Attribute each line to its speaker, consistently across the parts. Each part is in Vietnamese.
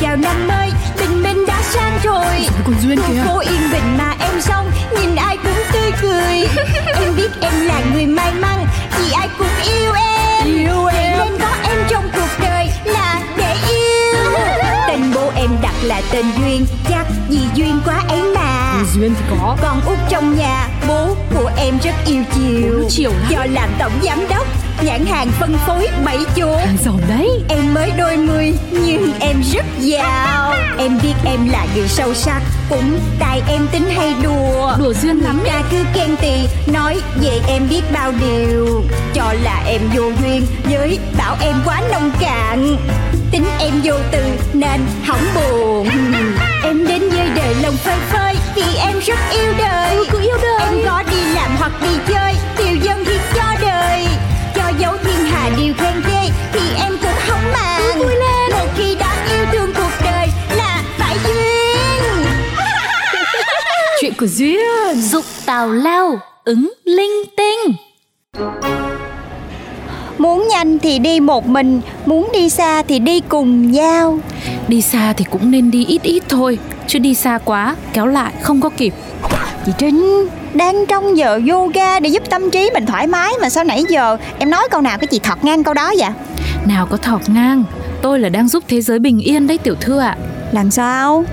Speaker 1: nào năm ơi tình mình đã sang rồi
Speaker 2: còn duyên
Speaker 1: khu
Speaker 2: kìa
Speaker 1: phố yên bình mà em xong nhìn ai cũng tươi cười em biết em là người may mắn vì ai cũng yêu em
Speaker 2: Yêu
Speaker 1: Vậy
Speaker 2: em.
Speaker 1: nên có em trong cuộc đời là để yêu tên bố em đặt là tên duyên chắc vì duyên quá ấy mà
Speaker 2: duyên thì có
Speaker 1: con út trong nhà bố của em rất yêu chiều
Speaker 2: Bố chiều lắm.
Speaker 1: do làm tổng giám đốc nhãn hàng phân phối bảy chỗ
Speaker 2: Hàng giàu đấy
Speaker 1: Em mới đôi mươi nhưng em rất giàu Em biết em là người sâu sắc Cũng tại em tính hay đùa
Speaker 2: Đùa duyên lắm
Speaker 1: Người ta cứ khen tì Nói về em biết bao điều Cho là em vô duyên Với bảo em quá nông cạn Tính em vô tư nên hỏng buồn Em đến với đời lòng phơi phới Vì em rất Ừ, yêu đời
Speaker 2: cứ yêu đời.
Speaker 1: Em có đi làm hoặc đi chơi Điều dân hiến cho đời Cho dấu thiên hà điều khen ghê Thì em cũng không màng vui lên Một khi đã yêu thương cuộc đời Là phải duyên
Speaker 2: Chuyện của duyên
Speaker 3: Dục tào lao, ứng linh tinh.
Speaker 1: Muốn nhanh thì đi một mình Muốn đi xa thì đi cùng nhau
Speaker 3: Đi xa thì cũng nên đi ít ít thôi, chứ đi xa quá, kéo lại không có kịp.
Speaker 1: Chị Trinh đang trong giờ yoga để giúp tâm trí mình thoải mái mà sao nãy giờ em nói câu nào cái chị thọt ngang câu đó vậy?
Speaker 3: Nào có thọt ngang, tôi là đang giúp thế giới bình yên đấy tiểu thư ạ.
Speaker 1: Làm sao?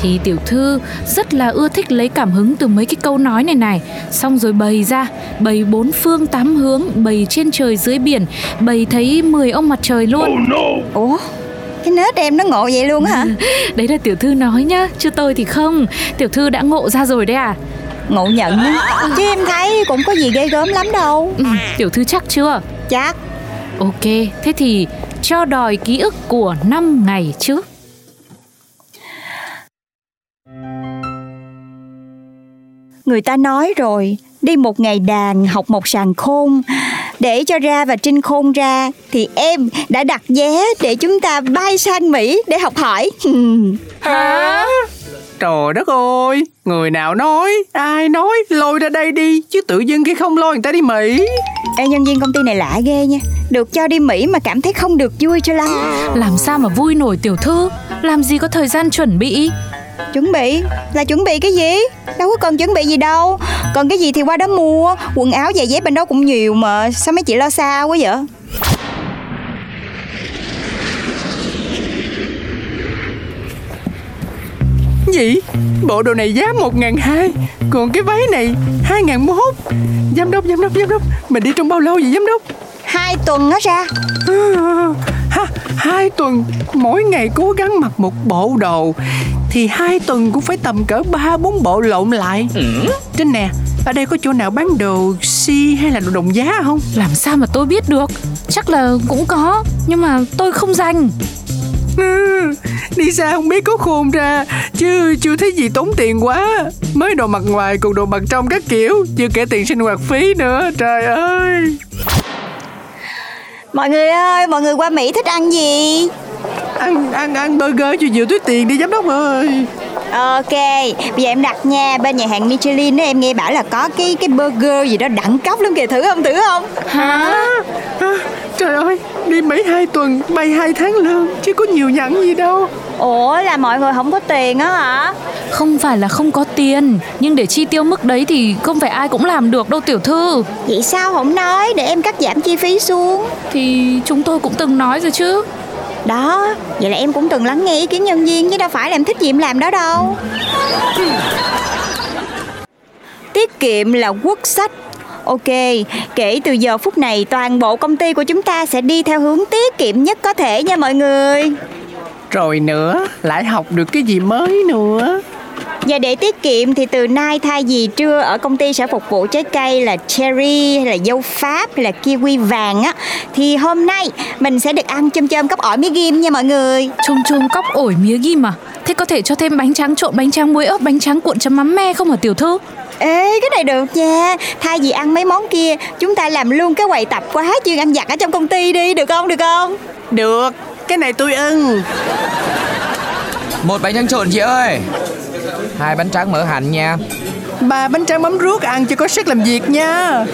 Speaker 3: Thì tiểu thư rất là ưa thích lấy cảm hứng từ mấy cái câu nói này này, xong rồi bày ra, bày bốn phương tám hướng, bày trên trời dưới biển, bày thấy 10 ông mặt trời luôn.
Speaker 1: Ủa? Cái nết em nó ngộ vậy luôn á hả?
Speaker 3: Đấy là tiểu thư nói nhá, chứ tôi thì không. Tiểu thư đã ngộ ra rồi đấy à?
Speaker 1: Ngộ nhận á. Chứ em thấy cũng có gì ghê gớm lắm đâu
Speaker 3: Ừ, tiểu thư chắc chưa?
Speaker 1: Chắc
Speaker 3: Ok, thế thì cho đòi ký ức của 5 ngày trước.
Speaker 1: Người ta nói rồi, đi một ngày đàn học một sàn khôn. Để cho ra và trinh khôn ra thì em đã đặt vé để chúng ta bay sang Mỹ để học hỏi. Hừm.
Speaker 4: Hả? Trời đất ơi, người nào nói, ai nói, lôi ra đây đi, chứ tự dưng cái không lôi người ta đi Mỹ.
Speaker 1: Ê, nhân viên công ty này lạ ghê nha. Được cho đi Mỹ mà cảm thấy không được vui cho lắm.
Speaker 3: Làm sao mà vui nổi tiểu thư, làm gì có thời gian chuẩn bị.
Speaker 1: Chuẩn bị là chuẩn bị cái gì? Đâu có cần chuẩn bị gì đâu. Còn cái gì thì qua đó mua, quần áo giày dép bên đó cũng nhiều mà sao mấy chị lo xa quá vậy?
Speaker 4: Gì? Bộ đồ này giá 1.200, còn cái váy này 2.001. Giám đốc, giám đốc, giám đốc, mình đi trong bao lâu vậy giám đốc?
Speaker 1: Hai tuần nó ra.
Speaker 4: Ha, hai tuần, mỗi ngày cố gắng mặc một bộ đồ thì hai tuần cũng phải tầm cỡ ba bốn bộ lộn lại. Trinh nè, ở đây có chỗ nào bán đồ si hay là đồ đồng giá không?
Speaker 3: Làm sao mà tôi biết được, chắc là cũng có, nhưng mà tôi không dành.
Speaker 4: Ừ, đi xa không biết có khôn ra chứ chưa thấy gì tốn tiền quá mới đồ mặt ngoài cùng đồ mặt trong các kiểu chưa kể tiền sinh hoạt phí nữa trời ơi
Speaker 1: Mọi người ơi, mọi người qua Mỹ thích ăn gì?
Speaker 4: ăn ăn ăn burger cho nhiều túi tiền đi giám đốc ơi
Speaker 1: Ok, bây giờ em đặt nha Bên nhà hàng Michelin đó em nghe bảo là có cái cái burger gì đó đẳng cấp lắm kìa Thử không, thử không
Speaker 3: Hả?
Speaker 4: à, trời ơi đi mỹ hai tuần bay hai tháng lương chứ có nhiều nhặn gì đâu
Speaker 1: Ủa là mọi người không có tiền á hả
Speaker 3: Không phải là không có tiền, nhưng để chi tiêu mức đấy thì không phải ai cũng làm được đâu tiểu thư.
Speaker 1: Vậy sao không nói để em cắt giảm chi phí xuống
Speaker 3: Thì chúng tôi cũng từng nói rồi chứ.
Speaker 1: Đó, vậy là em cũng từng lắng nghe ý kiến nhân viên Chứ đâu phải là em thích gì em làm đó đâu Tiết kiệm là quốc sách Ok, kể từ giờ phút này toàn bộ công ty của chúng ta sẽ đi theo hướng tiết kiệm nhất có thể nha mọi người
Speaker 4: rồi nữa lại học được cái gì mới nữa
Speaker 1: Và để tiết kiệm thì từ nay thay vì trưa ở công ty sẽ phục vụ trái cây là cherry hay là dâu Pháp hay là kiwi vàng á Thì hôm nay mình sẽ được ăn chôm chôm cốc ỏi mía ghim nha mọi người
Speaker 3: Trông trông cóc ổi mía ghim à? Thế có thể cho thêm bánh tráng trộn, bánh tráng muối ớt, bánh tráng cuộn chấm mắm me không hả tiểu thư?
Speaker 1: Ê cái này được nha Thay vì ăn mấy món kia chúng ta làm luôn cái quầy tập quá chuyên ăn giặt ở trong công ty đi được không được không
Speaker 4: được cái này tôi ưng
Speaker 5: Một bánh tráng trộn chị ơi Hai bánh tráng mỡ hành nha Bà bánh tráng mắm ruốc ăn cho có sức làm việc nha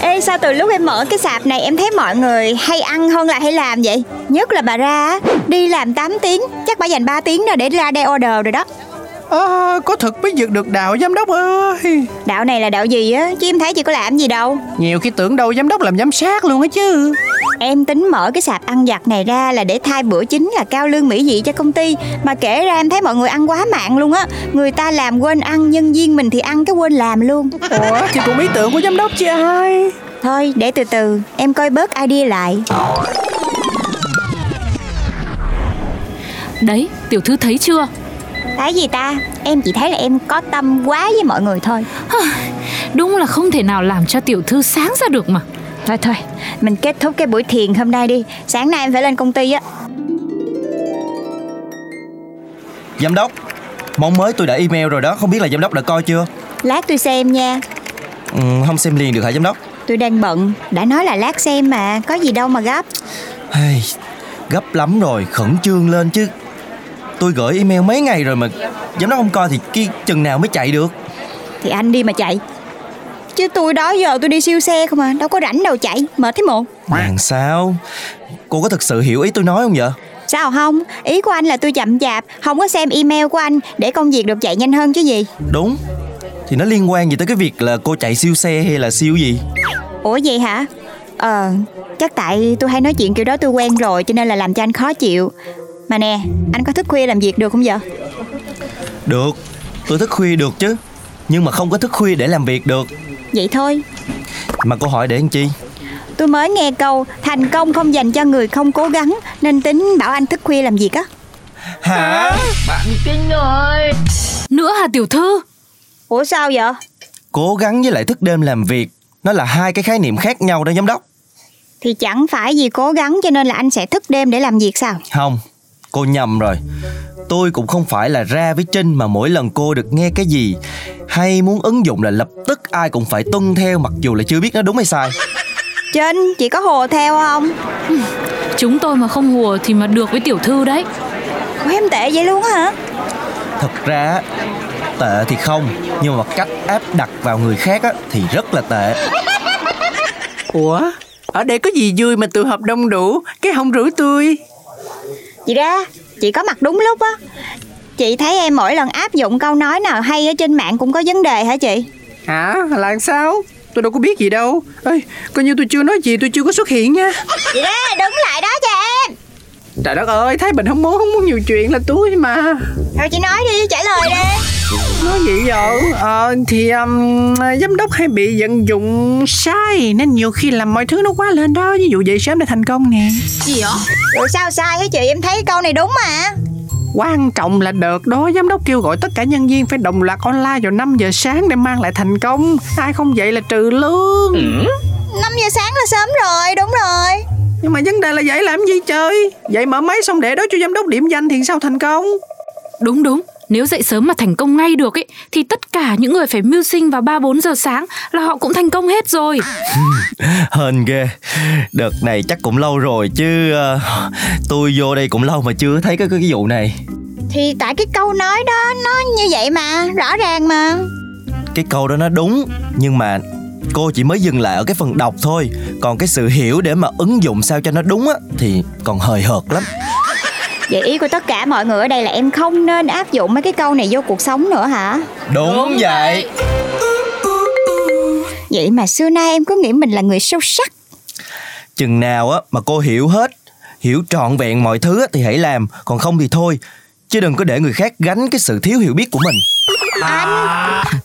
Speaker 1: Ê sao từ lúc em mở cái sạp này em thấy mọi người hay ăn hơn là hay làm vậy Nhất là bà ra á, đi làm 8 tiếng Chắc bà dành 3 tiếng rồi để ra đây order rồi đó
Speaker 5: Ờ, Có thực mới vượt được đạo giám đốc ơi
Speaker 1: Đạo này là đạo gì á Chứ em thấy chị có làm gì đâu
Speaker 5: Nhiều khi tưởng đâu giám đốc làm giám sát luôn á chứ
Speaker 1: Em tính mở cái sạp ăn giặt này ra là để thay bữa chính là cao lương mỹ vị cho công ty Mà kể ra em thấy mọi người ăn quá mạng luôn á Người ta làm quên ăn, nhân viên mình thì ăn cái quên làm luôn
Speaker 5: Ủa chị cũng ý tưởng của giám đốc chứ ai
Speaker 1: Thôi để từ từ, em coi bớt idea lại
Speaker 3: Đấy, tiểu thư thấy chưa?
Speaker 1: Cái gì ta, em chỉ thấy là em có tâm quá với mọi người thôi
Speaker 3: Đúng là không thể nào làm cho tiểu thư sáng ra được mà. Thôi thôi,
Speaker 1: Mình kết thúc cái buổi thiền hôm nay đi Sáng nay em phải lên công ty á
Speaker 4: Giám đốc Món mới tôi đã email rồi đó Không biết là giám đốc đã coi chưa
Speaker 1: Lát tôi xem nha
Speaker 4: ừ, Không xem liền được hả giám đốc
Speaker 1: Tôi đang bận Đã nói là lát xem mà Có gì đâu mà gấp
Speaker 4: hey, Gấp lắm rồi Khẩn trương lên chứ Tôi gửi email mấy ngày rồi mà Giám đốc không coi thì cái chừng nào mới chạy được
Speaker 1: Thì anh đi mà chạy Chứ tôi đó giờ tôi đi siêu xe không à Đâu có rảnh đâu chạy Mệt thế một
Speaker 4: Làm sao Cô có thực sự hiểu ý tôi nói không vậy
Speaker 1: Sao không Ý của anh là tôi chậm chạp Không có xem email của anh Để công việc được chạy nhanh hơn chứ gì
Speaker 4: Đúng Thì nó liên quan gì tới cái việc là cô chạy siêu xe hay là siêu gì
Speaker 1: Ủa vậy hả Ờ Chắc tại tôi hay nói chuyện kiểu đó tôi quen rồi Cho nên là làm cho anh khó chịu Mà nè Anh có thức khuya làm việc được không vậy
Speaker 4: Được Tôi thức khuya được chứ Nhưng mà không có thức khuya để làm việc được
Speaker 1: Vậy thôi
Speaker 4: Mà cô hỏi để làm chi
Speaker 1: Tôi mới nghe câu Thành công không dành cho người không cố gắng Nên tính bảo anh thức khuya làm việc á
Speaker 4: Hả
Speaker 3: nữa hả tiểu thư?
Speaker 1: Ủa sao vậy
Speaker 4: Cố gắng với lại thức đêm làm việc Nó là hai cái khái niệm khác nhau đó giám đốc
Speaker 1: Thì chẳng phải vì cố gắng cho nên là anh sẽ thức đêm để làm việc sao
Speaker 4: Không, cô nhầm rồi Tôi cũng không phải là ra với Trinh mà mỗi lần cô được nghe cái gì Hay muốn ứng dụng là lập tức ai cũng phải tuân theo mặc dù là chưa biết nó đúng hay sai
Speaker 1: Trên chị có hồ theo không
Speaker 3: Chúng tôi mà không hùa thì mà được với tiểu thư đấy.
Speaker 1: Ủa em tệ vậy luôn á hả
Speaker 4: Thật ra á, tệ thì không Nhưng mà cách áp đặt vào người khác á, thì rất là tệ
Speaker 5: Ủa ở đây có gì vui mà tụ họp đông đủ Cái không rủ tôi
Speaker 1: Chị ra chị có mặt đúng lúc á Chị thấy em mỗi lần áp dụng câu nói nào hay ở trên mạng cũng có vấn đề hả chị
Speaker 5: Hả là sao Tôi đâu có biết gì đâu Ê, Coi như tôi chưa nói gì tôi chưa có xuất hiện nha
Speaker 1: Chị ra đứng lại đó cho em
Speaker 5: Trời đất ơi Thái Bình không muốn không muốn nhiều chuyện là tôi mà
Speaker 1: Rồi chị nói đi trả lời đi
Speaker 5: Nói vậy vợ Ờ thì um, giám đốc hay bị vận dụng sai Nên nhiều khi làm mọi thứ nó quá lên đó Ví dụ dậy sớm để thành công nè
Speaker 1: Ủa sao sai hả chị em thấy câu này đúng mà
Speaker 5: Quan trọng là đợt đó giám đốc kêu gọi tất cả nhân viên phải đồng loạt online vào 5 giờ sáng để mang lại thành công Ai không vậy là trừ lương
Speaker 1: 5 giờ sáng là sớm rồi đúng rồi
Speaker 5: Nhưng mà vấn đề là vậy làm gì chơi Vậy mở máy xong để đó cho giám đốc điểm danh thì sao thành công
Speaker 3: Đúng đúng, nếu dậy sớm mà thành công ngay được ấy thì tất cả những người phải mưu sinh vào 3 4 giờ sáng là họ cũng thành công hết rồi.
Speaker 4: Hên ghê Đợt này chắc cũng lâu rồi chứ ờ, Tôi vô đây cũng lâu mà chưa thấy cái, cái vụ này
Speaker 1: Thì tại cái câu nói đó nó như vậy mà Rõ ràng mà
Speaker 4: cái câu đó nó đúng nhưng mà cô chỉ mới dừng lại ở cái phần đọc thôi còn cái sự hiểu để mà ứng dụng sao cho nó đúng á thì còn hời hợt lắm
Speaker 1: Vậy ý của tất cả mọi người ở đây là em không nên áp dụng mấy cái câu này vô cuộc sống nữa hả?
Speaker 4: đúng, vậy
Speaker 1: Vậy mà xưa nay em cứ nghĩ mình là người sâu sắc
Speaker 4: chừng nào á mà cô hiểu hết hiểu trọn vẹn mọi thứ á, thì hãy làm còn không thì thôi chứ đừng có để người khác gánh cái sự thiếu hiểu biết của mình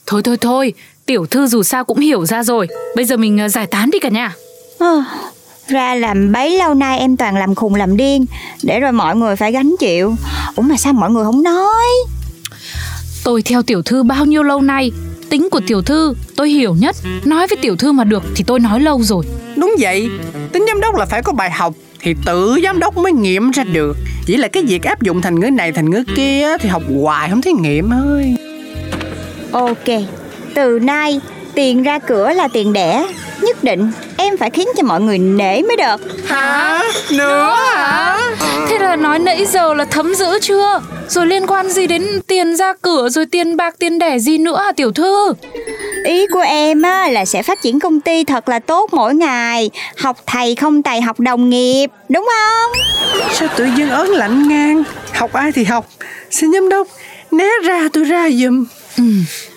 Speaker 3: Thôi thôi thôi, tiểu thư dù sao cũng hiểu ra rồi. Bây giờ mình ờ, giải tán đi cả nhà.
Speaker 1: Ờ, Ra làm bấy lâu nay em toàn làm khùng làm điên Để rồi mọi người phải gánh chịu Ủa mà sao mọi người không nói
Speaker 3: Tôi theo tiểu thư bao nhiêu lâu nay, tính của tiểu thư tôi hiểu nhất. Nói với tiểu thư mà được thì tôi nói lâu rồi.
Speaker 5: Đúng vậy Tính giám đốc là phải có bài học Thì tự giám đốc mới nghiệm ra được Chỉ là cái việc áp dụng thành ngữ này thành ngữ kia Thì học hoài không thấy nghiệm ơi
Speaker 1: Ok Từ nay tiền ra cửa là tiền đẻ Nhất định em phải khiến cho mọi người nể mới được
Speaker 5: Hả? Nữa hả?
Speaker 3: Thế là nói nãy giờ là thấm dữ chưa? Rồi liên quan gì đến tiền ra cửa rồi tiền bạc tiền đẻ gì nữa hả tiểu thư?
Speaker 1: Ý của em á, là sẽ phát triển công ty thật là tốt mỗi ngày Học thầy không tài học đồng nghiệp Đúng không?
Speaker 5: Sao tự dưng ớn lạnh ngang Học ai thì học Xin giám đốc Né ra tôi ra giùm
Speaker 3: Ừ,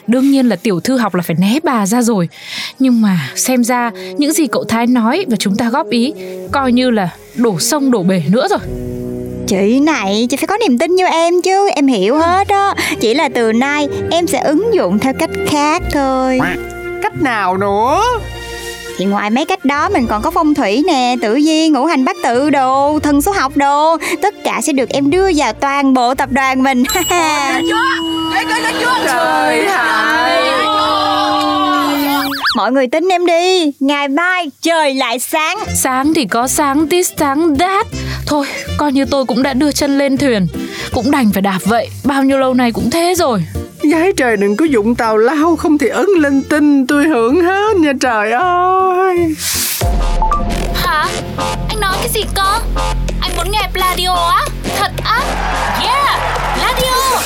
Speaker 3: đương nhiên là tiểu thư học là phải né bà ra rồi. Nhưng mà xem ra những gì cậu Thái nói và chúng ta góp ý coi như là đổ sông đổ bể nữa rồi.
Speaker 1: Chị này, chị phải có niềm tin như em chứ Em hiểu hết á Chỉ là từ nay em sẽ ứng dụng theo cách khác thôi
Speaker 5: Cách nào nữa
Speaker 1: Thì ngoài mấy cách đó mình còn có phong thủy nè Tự nhiên, ngũ hành bát tự đồ Thần số học đồ Tất cả sẽ được em đưa vào toàn bộ tập đoàn mình
Speaker 5: Trời hại
Speaker 1: Mọi người tin em đi Ngày mai trời lại sáng
Speaker 3: Sáng thì có sáng tí sáng đát Thôi coi như tôi cũng đã đưa chân lên thuyền Cũng đành phải đạp vậy Bao nhiêu lâu nay cũng thế rồi
Speaker 5: Gái trời đừng có dụng tào lao Không thì ấn lên tinh tôi hưởng hết nha trời ơi
Speaker 6: Hả? Anh nói cái gì cơ? Anh muốn nghe Pladio á? Thật á? Yeah! Pladio!